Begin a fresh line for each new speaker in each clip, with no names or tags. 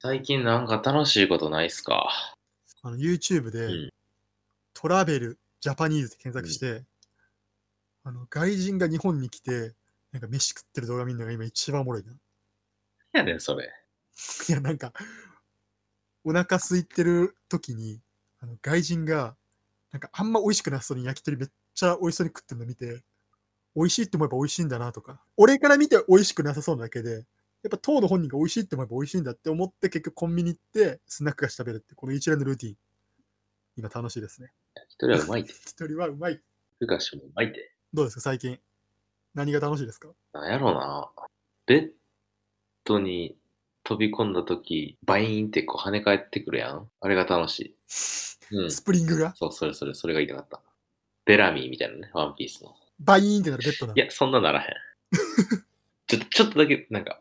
最近なんか楽しいことないっすか
あの YouTube で、
うん
トラベルジャパニーズって検索して、あの外人が日本に来て、なんか飯食ってる動画見るのが今一番おもろいな。
何やねん、それ。
いや、なんか、お腹空いてる時に、あの外人が、なんかあんま美味しくなさそうに焼き鳥めっちゃ美味しそうに食ってるの見て、美味しいって思えば美味しいんだなとか、俺から見て美味しくなさそうなだけで、やっぱ当の本人が美味しいって思えば美味しいんだって思って結局コンビニ行ってスナック菓子食べるって、この一連のルーティン、今楽しいですね。
一人はうまいって。
一人はうまい。
ふかしもうまいって。
どうですか、最近。何が楽しいですか
なんやろな。ベッドに飛び込んだとき、バイーンってこう跳ね返ってくるやん。あれが楽しい。うん。
スプリングが
そう、それそれ、それが言いたかった。ベラミーみたいなね、ワンピースの。
バイーンってなるベッドなの
いや、そんな ならへん。ちょっと、ちょっとだけ、なんか、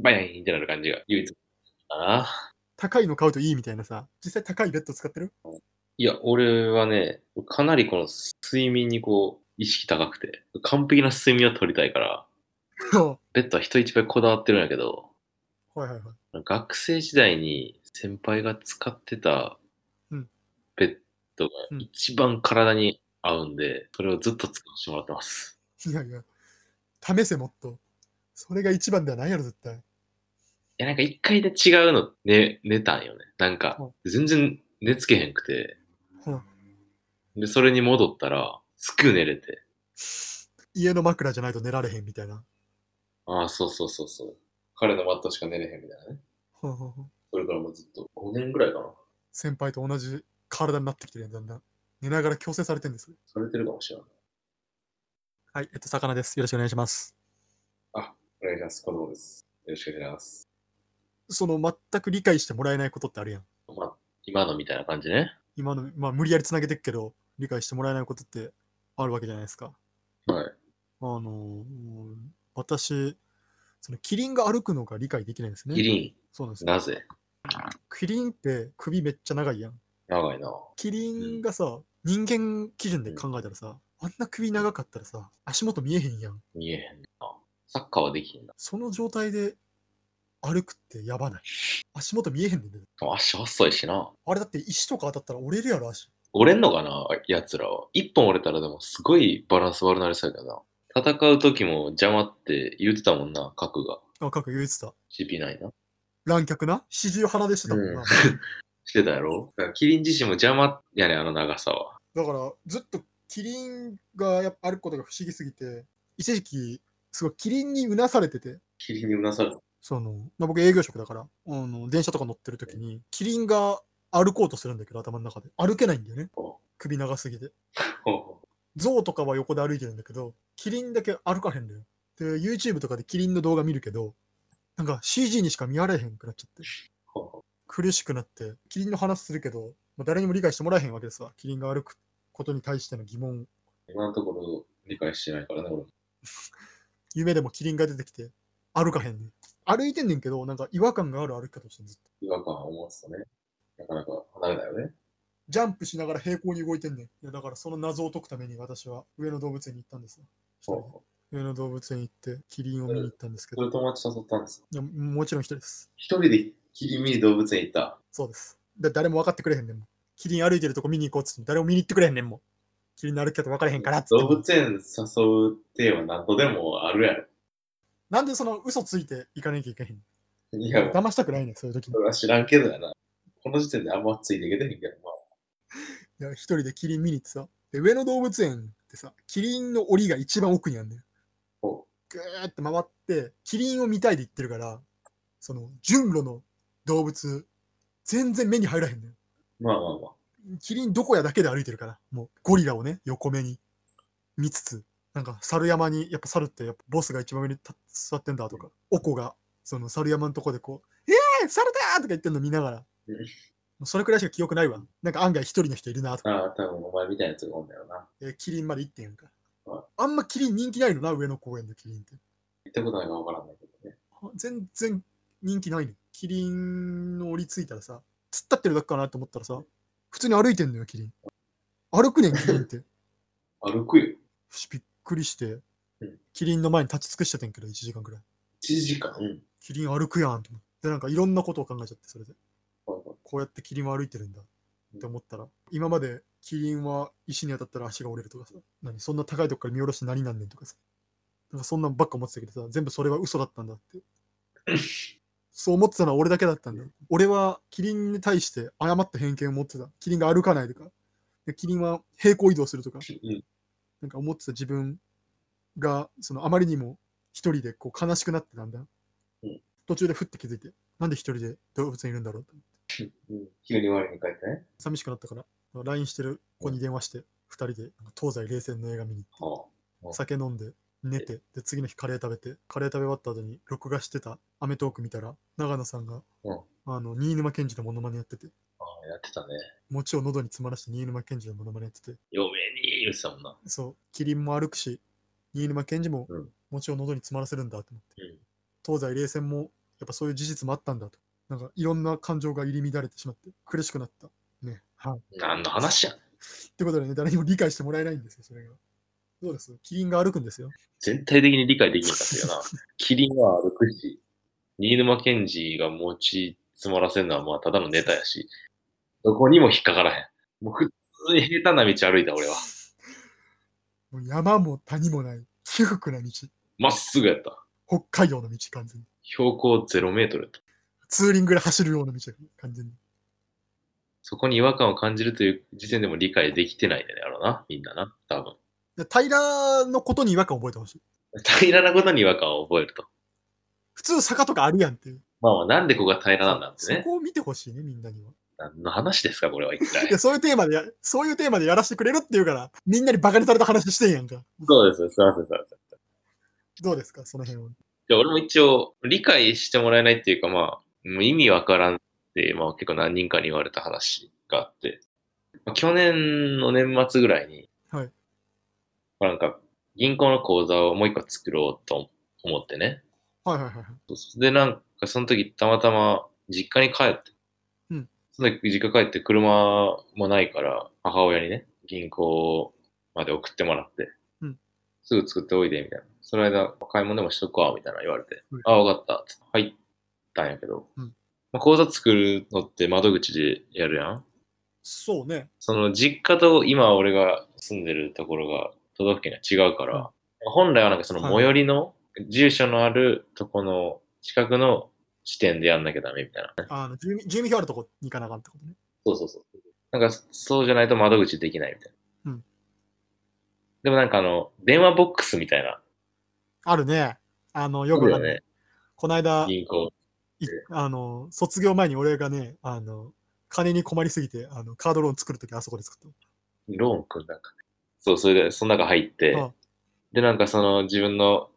バイーンってなる感じが唯一かな。
高いの買うといいみたいなさ、実際高いベッド使ってる
いや、俺はね、かなりこの睡眠にこう、意識高くて、完璧な睡眠を取りたいから、
は
ベッドは人一倍こだわってるんやけど、
いはいはい。
学生時代に先輩が使ってた
うん
ベッドが
うん
一番体に合うんで、それをずっと使わせてもらってます。
いやいや、試せもっと。それが一番ではないやろ、絶対。
いや、なんか一回で違うの寝、寝たんよね。なんか
は、
全然寝つけへんくて、
は
で、それに戻ったら、すぐ寝れて、
家の枕じゃないと寝られへんみたいな。
ああ、そうそうそうそう。彼のマットしか寝れへんみたいなね。
はあはあはあ
それからもうずっと5年ぐらいかな。
先輩と同じ体になってきてるやん、だんだん。寝ながら強制されてるんです。
されてるかもしれない。
はい、えっと、魚です。よろしくお願いします。
お願いします。子供です。よろしくお願いします。
その、全く理解してもらえないことってあるやん。
まあ、今のみたいな感じね。
今の、まあ、無理やりつなげてくけど、理解してもらえないことってあるわけじゃないですか。
はい。
あのー、私、その、キリンが歩くのが理解できないんですね。
キリ
そうなんです
ン、
よ。
なぜ
キリンって首めっちゃ長いやん。
長いな。
キリンがさ、人間基準で考えたらさ、あんな首長かったらさ、足元見えへんやん。
見えへんな。サッカーはできへんな。
その状態で歩くってやばない。足元見えへんねんで。
でも足細いしな。
あれだって石とか当たったら折れるやろ、足。
折れんのかなやつらは。一本折れたらでもすごいバランス悪なりそうやけどな。戦う時も邪魔って言ってたもんな、核が。
あ、かく言うてた。
CP9 な。
乱脚な四十鼻でしてたもんな。
うんしてたやろだからキリン自身も邪魔やねん、あの長さは。
だから、ずっとキリンがやっぱ歩くことが不思議すぎて、一時期、すごいキリンにうなされてて、
キリンにうなされた。
その、まあ、僕営業職だから、あの電車とか乗ってる時に、キリンが歩こうとするんだけど、頭の中で。歩けないんだよね
お。
首長すぎて。
ほうほう
象とかは横で歩いてるんだけど、キリンだけ歩かへんだよ。で、YouTube とかでキリンの動画見るけど、なんか CG にしか見られへんくなっちゃって、
ほうほう
苦しくなって、キリンの話するけど、まあ、誰にも理解してもらえへんわけですわ。キリンが歩くことに対しての疑問。
今のところ理解してないからね、俺。
夢でもキリンが出てきて、歩かへんねん。歩いてんねんけど、なんか違和感がある歩き方してんずっと。
違和感を持つとね、なかなか離れないよね。
ジャンプしながら平行に動いてんねん。いやだからその謎を解くために私は上野動物園に行ったんですよ。一
ほう
人
ほ
で上野動物園行って、キリンを見に行ったんです
う
け
そ
ど、い
れ友達誘ったんですか
やもちろん一人です。
一人でキリン見に動物園行った。
そうです。だ誰も分かってくれへんねんもん。キリン歩いてるとこ見に行こうっつっても誰も見に行ってくれへんねんもん。キリンの歩き方分からへんからっつって
動
も。
物園誘う手は何度でもあるやろ。
なんでその嘘ついて行かなきゃいけへん
いや、
騙したくないねん、そういう時に。
俺は知らんけどやな。この時点であんまついていけてへんけど、まあ、
いや、一人でキリン見に行ってさ。で、上野動物園ってさ、キリンの檻が一番奥にあんねん。
ほ
ぐーって回って、キリンを見たいで行ってるから、その、順路の動物、全然目に入らへんね
うまあまあまあ。
ん。キリンどこやだけで歩いてるから、もう、ゴリラをね、横目に見つつ、なんか猿山にやっぱ猿ってやっぱボスが一番上に立っ座ってんだとかおこがその猿山のとこでこう「えー、猿だ!」とか言ってんの見ながら
うん
もうそれくらいしか記憶ないわなんか案外一人の人いるなとか
ああ、多分お前みたいなやつがおんだよな。
でキリンまで行ってんやんか
はい
あんまキリン人気ないのな上野公園のキリンって
行ったことないからわからないけどね。
全然人気ないのキリンの降りついたらさ突っ立ってるだけかなと思ったらさ普通に歩いてんのよキリン歩くねんキリンって
歩くよ。
びっくりして
うん
キリンの前に立ち尽くしててんけど1時間くらい
1時間。
キリン歩くやんと思ってで、なんかいろんなことを考えちゃって、それで。
う
こうやってキリンは歩いてるんだって思ったら、今までキリンは石に当たったら足が折れるとかさ、何そんな高いとこから見下ろして何なんねんとかさ、なんかそんなんばっか思ってたけどさ、全部それは嘘だったんだって。 そう思ってたのは俺だけだったんだ。俺はキリンに対して誤った偏見を持ってた。キリンが歩かないとか、でキリンは平行移動するとか、
ん。
なんか思ってた自分が、そのあまりにも一人でこう悲しくなってたんだ。
うん
途中でふって気づいて、なんで一人で動物園いるんだろうと
うん。急に我に返ってね。
寂しくなったから、LINE してる子に電話して、二人でなんか東西冷戦の映画見に行
あ
って、酒飲んで、寝て、で、次の日カレー食べて、カレー食べ終わった後に録画してたアメトーーク見たら、長野さんが、
うん
あの、新沼賢治のモノマネやってて、
あ、やってたね。
餅を喉に詰まらして新沼賢治のモノマネやってて、
嫁に言ってたもんな。
そう、キリンも歩くし、新沼賢治も
うん
餅を喉に詰まらせるんだと思って、
うん
東西冷戦もやっぱそういう事実もあったんだと、なんかいろんな感情が入り乱れてしまって、苦しくなった。ね。はい。
何の話や
ってことでね、誰にも理解してもらえないんですよ、それが。どうですキリンが歩くんですよ。
全体的に理解できなかった よな。キリンは歩くし、新沼賢治が持ち詰まらせるのはまあただのネタやし、どこにも引っかからへん。もう普通に平坦な道歩いた俺は。
もう山も谷もない、起伏な道。
まっすぐやった。
北海道の道、完全に。
標高0メートルやった。
ツーリングで走るような道、完全に。
そこに違和感を感じるという時点でも理解できてないんだろうな、みんなな、多分。
で平らのことに違和感を覚えてほしい。
平らなことに違和感を覚えると。
普通坂とかあるやんっていう。
まあまあ、なんでここが平らなんだって
そ
ね。
こを見てほしいね、みんなには。
何の話ですか、これは一
い
体
や、。そういうテーマでや、そういうテーマでやらせてくれるっていうから、みんなにバカにされた話してんやんか。
そうです、すいません、すいません。
どうですか、その辺は。
で俺も一応、理解してもらえないっていうか、まあ、もう意味わからんって、まあ結構何人かに言われた話があって、まあ去年の年末ぐらいに、
はい
まあなんか、銀行の口座をもう一個作ろうと思ってね。
はいはいはいはい。
そうそうで、なんか、その時たまたま実家に帰って、
うん
その時実家帰って車もないから、母親にね、銀行まで送ってもらって、
うん
すぐ作っておいで、みたいな。その間、買い物でもしとくわ、みたいな言われて、
うん
ああ、わかった、つって入ったんやけど、
うん
まあ、口座作るのって窓口でやるやん。
そうね。
その実家と今俺が住んでるところが都道府県が違うから、
うん
本来はなんかその
はい
最寄りの住所のあるとこの近くの地点でやんなきゃダメみたいな、ね。
あの、住民住民票あるとこに行かなあかんってことね。
そうそうそう。なんかそうじゃないと窓口できないみたいな。
うん
でもなんかあの、電話ボックスみたいな。
あるね。あの、よくわかんない
ね。
この間、
銀行。
いあの、卒業前に俺がね、あの、金に困りすぎて、あの、カードローン作るときあそこで作っ
ローン組んだんか。そう、それで、その中入って、
うん
で、なんかその自分の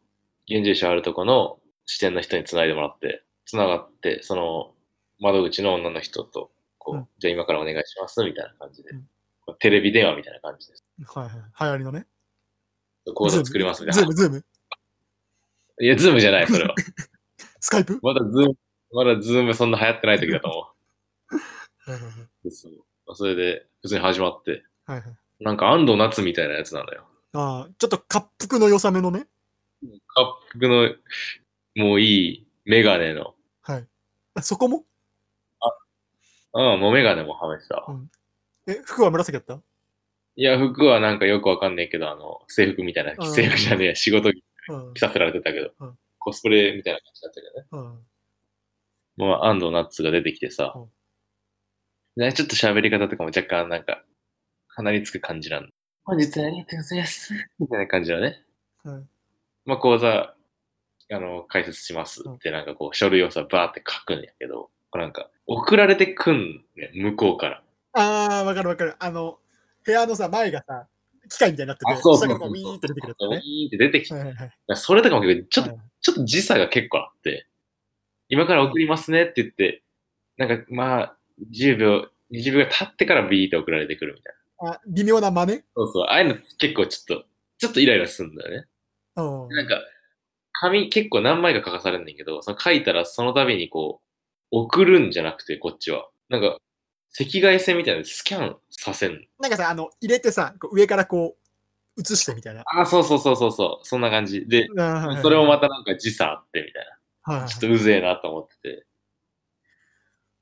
現住所あるとこの支店の人につないでもらって、つながって、その窓口の女の人と、こう、
うん
じゃあ今からお願いします、みたいな感じで、
うん
こうテレビ電話みたいな感じです。
た。はいはい。流行りのね。
講座作りますみた
ズ
い
ー
な。
ム、ズーム、
いや、ズームじゃない、それは。
スカイプ
まだズーム、まだズームそんな流行ってない時だと思。
はいはいはいう
そうまあそれで、普通に始まって、
はいはい。
なんか安藤夏みたいなやつなんだよ。
ああ、ちょっと滑覆の良さめのね。
滑覆の、もういい、メガネの、
はい。あそこも
うん、もうメガネもはめてたわ。
え、服は紫だった
いや、服はなんかよくわかんないけど、あの、制服みたいな、
うん
制服じゃねえや、仕事着
うん
着。させられてたけど
うん、
コスプレみたいな感じだったけどね。
うん。
まあ、安藤ナッツが出てきてさ
うん、
ねちょっと喋り方とかも若干なんか、鼻につく感じなんだ。本日はありがとうございます。みたいな感じだね。
はい
まあ、講座、あの、解説します
うん
って、なんかこう、書類をさ、バーって書くんやけど、こうなんか、送られてくんね、向こうから。
ああ、わかるわかる。あの、部屋のさ、前がさ、機械みたいになって
あ、
て、
そうそ
下
うそ
から
う
こ
そうう。
ウィーンって出てくるや
ウ
つね。
ィーンって出てきて
はいはいはい。
いやそれとかも結構ちょっと、
はい
ちょっと時差が結構あって、今から送りますねって言って、なんかまあ、10秒、20秒が経ってからビーって送られてくるみたいな。
あ、微妙な真似
そうそう、ああいうの結構ちょっと、ちょっとイライラするんだよね。
うん。
なんか、紙結構何枚か書かされるんだけど、その書いたらその度にこう、送るんじゃなくて、こっちは。なんか、赤外線みたいなのでスキャンさせんの。
なんかさ、あの、入れてさ、こう上からこう、映してみたいな。
ああ、そうそうそうそうそう、そんな感じ。で、
あーはいはい
それもまたなんか時差あってみたいな。
はいはい
ちょっとうぜえなと思ってて。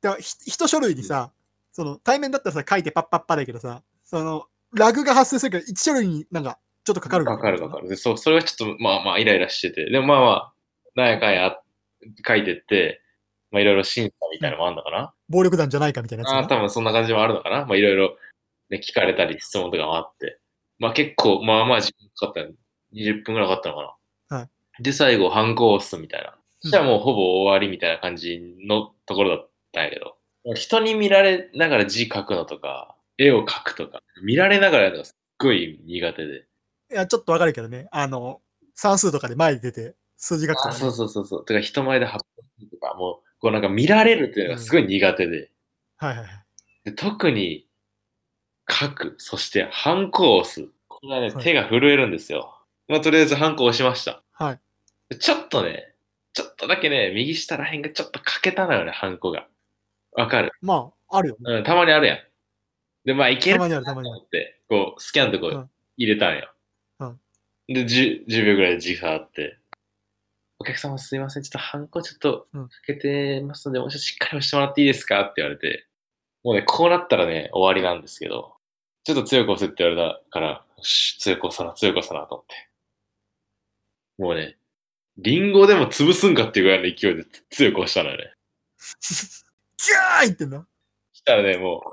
だからひ一書類にさ、その対面だったらさ、書いてパッパッパだけどさ、その、ラグが発生するから、一書類になんか、ちょっとかかる
かかるか
る。
かる。で、そう、それはちょっと、まあまあ、イライラしてて。でもまあまあ、なんやかんやあ書いてって、まあいろいろ審査みたいなのもあるのかな。
暴力団じゃないかみたいなやつ
あ
が
あー、多分そんな感じもあるのかな。まあいろいろ、ね、聞かれたり質問とかもあって。まあ結構、まあまあ時間かかったの。20分くらいかかったのかな。。
はい
で、最後、ハンコを押すみたいな。そしたらもうほぼ終わりみたいな感じのところだったんやけど。人に見られながら字書くのとか、絵を描くとか、見られながらやるのがすっごい苦手で。
いや、ちょっとわかるけどね。あの、算数とかで前に出て、数字が来
あ
たらね
そうそうそうそう。てか人前で発表するとか、もう、こうなんか見られるっていうのがすごい苦手で。
はいはいはい。
で特に、書く、そしてハンコを押す。これはね、
はい
手が震えるんですよ。まあ、とりあえずハンコを押しました。
はい。
でちょっとね、ちょっとだけね、右下ら辺がちょっと欠けたのよね、ハンコが。わかる。
まあ、あるよね。
うん、たまにあるやん。で、まあ、いけ
た
る
まにある、たまにある。
って、こう、スキャンとこ
うん
う入れたんよ。
うん
で10、10秒ぐらいで時差あって、お客様すいません、ちょっとハンコちょっと
うん
かけてますので、もうちょっとしっかり押してもらっていいですかって言われて、もうね、こうなったらね、終わりなんですけど、ちょっと強く押せって言われたから、よし強く押さな、強く押さなと思って。もうね、リンゴでも潰すんかっていうぐらいの勢いで強く押したのよね。
ギャー言ってんの
したらね、も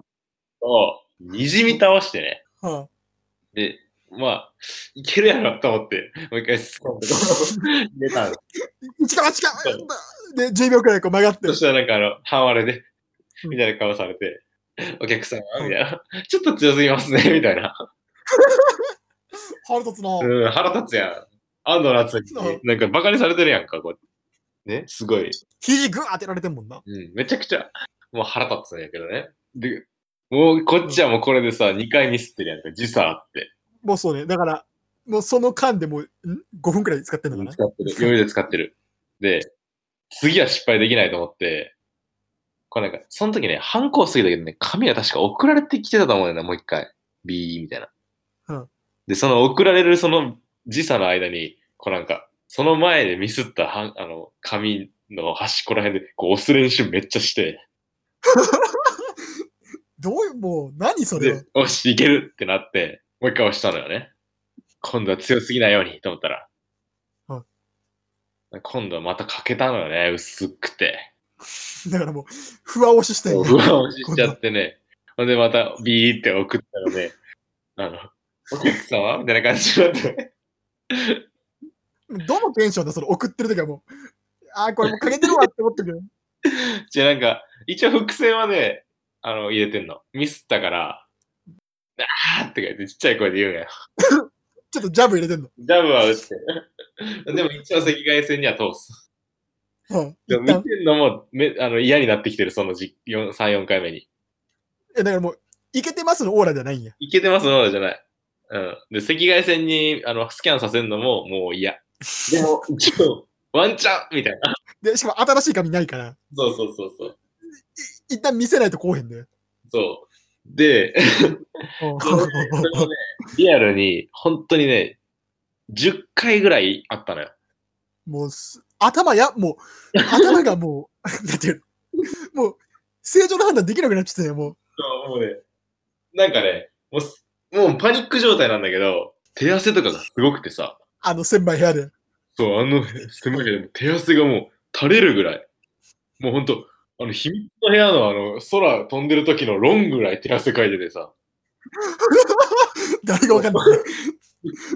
う、もう、にじみ倒してね、
は
で、まあ、いけるやろと思って、もう一回スコンとこう入れた の。
い。一か八かで、10秒くらいこう曲がって
そ。したらなんかあの、半割れで、
うん
みたいな顔されて、お客様
うん
みたいな。ちょっと強すぎますね、みたいな。
腹立つな。
うん、腹立つやん。安藤夏
そう
に、なんかバカにされてるやんか、こう。ね、すごい。
肘グー当てられてんもんな。
うん、めちゃくちゃ、もう腹立つんやけどね。で、もうこっちはもうこれでさ、2回ミスってるやんか、時差あって。
もうそうね。だから、もうその間でもう、ん ?5 分くらい使ってんのかな
使ってる。余裕で使ってる。で、次は失敗できないと思って、これなんか、その時ね、反抗すぎたけどね、紙が確か送られてきてたと思うんだよな、もう一回。ビーみたいな。
うん
で、その送られるその時差の間に、こうなんか、その前でミスったはんあの紙の端っこら辺でこう押す練習めっちゃして、
どういう、もう、何それは
で。、よし、いけるってなって、もう一回押したのよね。今度は強すぎないようにと思ったら。
うん
今度はまた欠けたのよね、薄くて。
だからもう、不安押ししてん
不
の
安をしちゃってね。ほんでまたビーって送ったので、あの、お客様みたいな感じになって。
どのテンションだ、その送ってる時はもう、あーこれもうかけてるわって思ってるけど。
じゃあなんか、一応伏線はね、あの、入れてんの。ミスったから、あーって書いてちっちゃい声で言うのよ。
ちょっとジャブ入れてんの。
ジャブは打って。でも一応赤外線には通す。
うん。
で
一
も見
旦
てんのもめあの嫌になってきてる、そのじ4 3、4回目に。
え、だからもう、いけてますのオーラじゃないんや。
いけてますのじゃない。うん。で、赤外線にあのスキャンさせるのももう嫌。でも、一応、ワンチャンみたいな。
で、しかも新しい紙ないから、
そうそうそうそう。
一旦見せないとこうへんで。
そう。で、それもね、リアルに、本当にね、10回ぐらいあったのよ。
もうす、頭や、もう、頭がもう、 なんていうのもう、正常な判断できなくなっちゃったよ、もう。
もうね、なんかね、もうす、もうパニック状態なんだけど、手汗とかがすごくてさ、
あの、千枚部屋で。
そう、あの、狭い部屋で手汗がもう垂れるぐらい。もうほんと、あの、秘密の部屋のあの、空飛んでる時のロンぐらい手汗かいててさ、
誰がわか んない。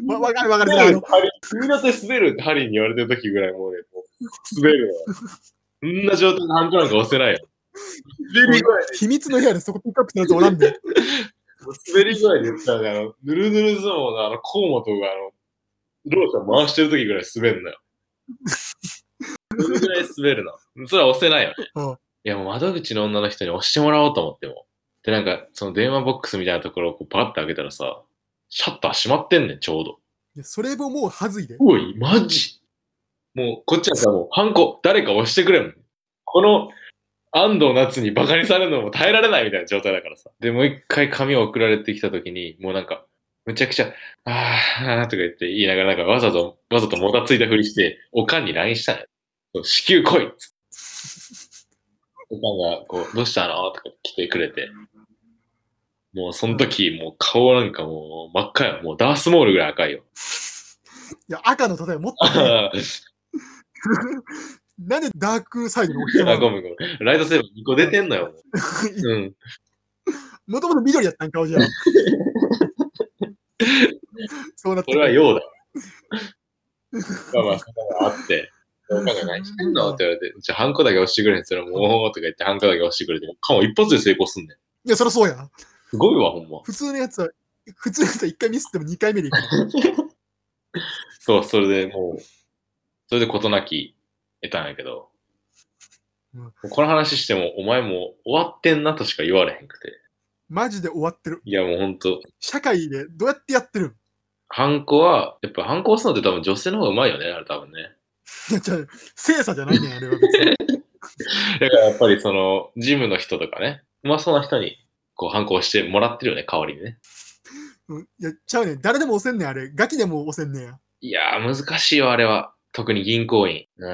わ、わかるわかる。あ
滑る
の、
組み立て滑るってハリーに言われてる時ぐらいもうね、もう滑るわ。そんな状態でハンコなんか押せないよ。滑り具合で、
秘密の部屋でそこピックアップしたやつおらんで。
滑り具合で言ったらね、あの、ぬるぬる相撲のあの、河本があの、ローション回してる時ぐらい滑るのよ。それぐらい滑るの。それは押せないよね。
うん
いや、もう窓口の女の人に押してもらおうと思っても。で、なんか、その電話ボックスみたいなところをこうパッて開けたらさ、シャッター閉まってんねん、ちょうど。
いやそれももうはずいで。
おい、マジもう、こっちはさ、もう、ハンコ、誰か押してくれもん。この、安藤夏にバカにされるのも耐えられないみたいな状態だからさ。で、もう一回紙を送られてきたときに、もうなんか、むちゃくちゃ、あー、あーとか言って言いながら、なんかわざと、わざともたついたふりして、おかんに LINE したのよ。そう至急来いっつっておかんが、こう、どうしたのとか来てくれて。もう、その時、もう顔なんかもう真っ赤や。もうダースモールぐらい赤いよ。
いや、赤の例えもっと、ね、なんでダークサイドのお人
あ、
な
ご
の
めんごめん。ライトセーブ2個出てんのよ。もううん。
もともと緑やったん、顔じゃん。そうなって
それはようだ。まあまあ、そんなのあって。おかんが何してんのって言われて、じゃあ、ハンコだけ押してくれへん。それはもう、おーとか言って、ハンコだけ押してくれて、もうカモ一発で成功すんねん。
いや、そりゃそうやん。
すごいわ、ほんま。
普通のやつは、普通のやつは1回ミスっても2回目でいく。
そう、それでもう、それで事なき得たんやけど、
うん
もうこの話しても、お前もう終わってんなとしか言われへんくて。
マジで終わってる。
いや、もうほんと、
社会でどうやってやってるん
ハンコは、やっぱハンコ押すのって多分女性の方がうまいよね、あれ多分ね。
いや、じゃあ精査じゃないねん、あれは別に。
だからやっぱりその、ジムの人とかね、うまそうな人に、こう、ハンコ押してもらってるよね、代わりにね。
うんいや、ちゃうねん。誰でも押せんねん、あれ。ガキでも押せんねんや。
いやー、難しいよ、あれは。特に銀行員。うん。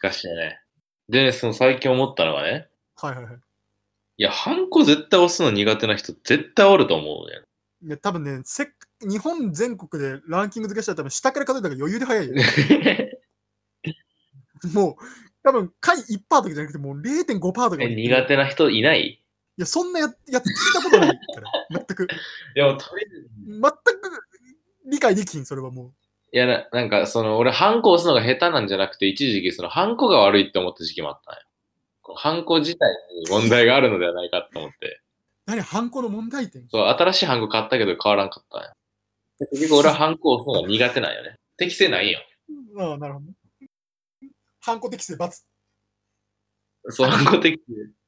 難しいね。でね、その最近思ったのがね、
はいはいはい。
いや、ハンコ絶対押すの苦手な人絶対おると思 うね。
いや、多分ね、せっ日本全国でランキング付けしたら多分下から数えたら余裕で早いよ。もう、多分、回1%とかじゃなくて、もう0.5%とかまで
え
いってる。
苦手な人いない
いや、そんなや やつ聞いたことないから、全く、
でも、とりあえず、
全く理解できひん、それはも
いやな、なんか、その、俺、ハンコ押すのが下手なんじゃなくて、一時期、その、ハンコが悪いって思った時期もあったんよ。こうハンコ自体に問題があるのではないかと思って。
う。何、ハンコの問題点
そう、新しいハンコ買ったけど変わらんかったんよ。で結局、俺はハンコ押すのが苦手なんよね。適性ないんよ。
ああ、なるほどね。ハンコ適正×。
そう、反抗的。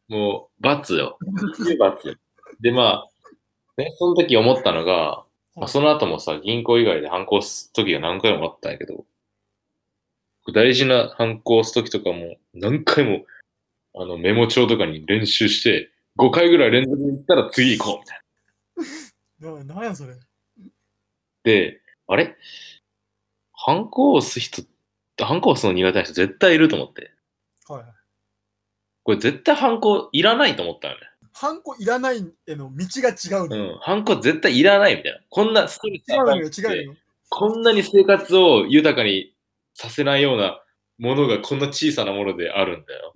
もう、罰よ。罰。で、まあ、ね、その時思ったのが、まあ、その後もさ、銀行以外で反抗す時が何回もあったんやけど、大事な反抗す時とかも何回も、あの、メモ帳とかに練習して、5回ぐらい連続に行ったら次行こう、みたいな。
ななんやそれ。
で、あれ反抗押す人、反抗押すの苦手な人絶対いると思って。
はい。
これ絶対反抗いらないと思ったよね。
ハンコいらないへの道が違う
う
の。
ん、ハンコ絶対いらないみたいな。こんなストレス
違うの
与え
よ、
て
違うのよ。
こんなに生活を豊かにさせないようなものがこんな小さなものであるんだよ。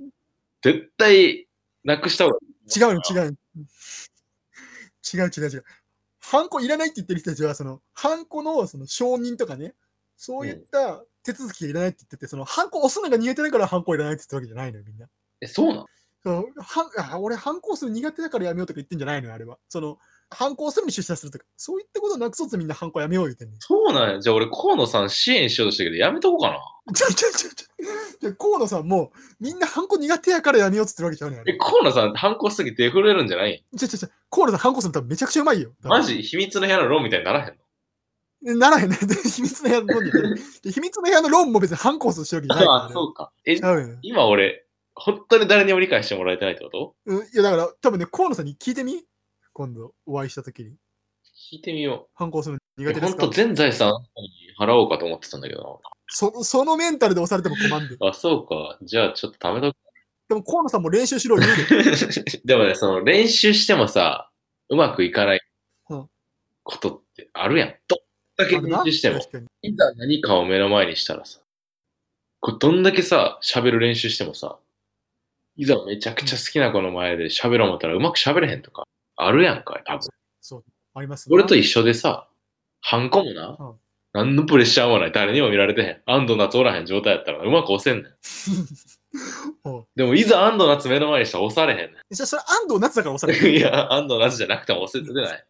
絶対なくした方がいい。
違うの、違うの。違う、違う、違う。ハンコいらないって言ってる人たちは、その、ハンコのその承認とかね、そういった手続きがいらないって言ってて、その、ハンコ押すのが苦手だからハンコいらないって言ったわけじゃないのよ、みんな。
え、そうなの
そのはあ俺、反抗するの苦手だからやめようとか言ってんじゃないのよ、あれは。その、反抗するに出社するとか、そういったことなくそうとみんな反抗やめよう言ってんねん。
そうなんや。じゃあ俺、河野さん支援しようとしたけど、やめとこうかな。
ちょちょちょちょ。じゃあ河野さんも、みんな反抗苦手やからやめようって言ってるわけじゃないの
え、
よ。
河野さん、反抗しすぎて震えるんじゃない
ちょちょちょ、河野さん反抗するの多分めちゃくちゃうまいよ。多分
マジ秘密の部屋のロンみたいにならへんの
ならへんね。秘密の部屋の論理ね。で秘密の部屋の論も別に反抗するしてるわけじゃないから
あ
ね。
そうか。え
ち、ゃうよね
今俺、本当に誰にも理解してもらえてないってこと
うん。いや、だから多分ね、河野さんに聞いてみ今度お会いしたときに。
聞いてみよ
反抗するの
う。
苦手で
本
すか
当全財産払おうかと思ってたんだけど
そそのメンタルで押されても困んで。
な。あ、そうか。じゃあちょっと貯めとく
でも河野さんも練習しろ言うで。
でもね、その練習してもさ、うまくいかない
うん
ことってあるやん。どんだけ
ある
練
な
習しても。
確かに
いざ何かを目の前にしたらさ、こうどんだけさ、喋る練習してもさ、いざめちゃくちゃ好きな子の前で喋ろう思ったらうまく喋れへんとか、あるやんかい、多分。
そう。ありますね
俺と一緒でさ、ハンコもな、
うん
何のプレッシャーもない、誰にも見られてへん、安藤夏おらへん状態やったらうまく押せんねん。
うん
でもいざ安藤夏目の前にしたら押されへんねん。
じゃあ、それ安藤夏だから押されて る。
いや、安藤なしじゃなくても押せてない。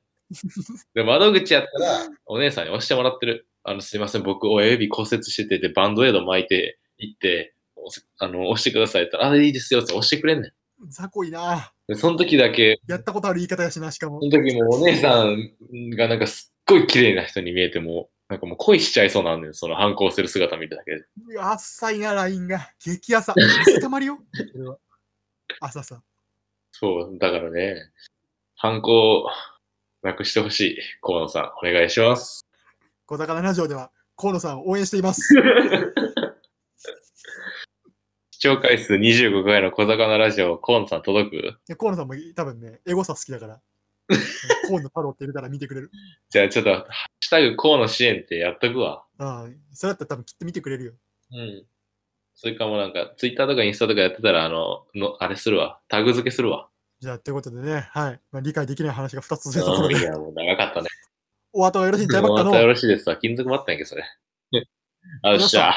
で窓口やったら、お姉さんに押してもらってる。あの、すいません、僕、親指骨折してて、で、バンドエイド巻いて、行って、おすあの、押してくださいって言ったら、あ、いいですよって押してくれんねん。
雑魚いな。
で、その時だけ、
やったことある言い方やしな、しかも
そ。の時もうお姉さんがなんかすっごい綺麗な人に見えても、なんかもう恋しちゃいそうなんねん、その反抗する姿見ただけで。
うわあっさいな、ラインが。激朝。水たまりよ。これは朝さ。
そう、だからね、反抗なくしてほしい。河野さん、お願いし ます。
小魚ラジオでは河野さんを応援しています。
ち聴回数25回の小魚ラジオ、コーンさん届く
や、河野さんも多分ね、エゴサ好きだから、河野太郎って入れたら見てくれる。
じゃあちょっと、ハッシュタグコーンの支援ってやっとくわ。
ああ、それだったら多分きっと見てくれるよ。
うん。それかもなんか、ツイッターとかインスタとかやってたら、あの、のあれするわ。タグ付けするわ。
じゃあ、ということでね、はい。まあ、理解できない話が2つ
う
出たとこ ろ
ん、い
で、
や、もう長かったね。
お後がよろしいんちゃいまっ
も
か
うま
の
た。よろしいですわ。金属バッタんやけど、それ。あ、よっしゃ。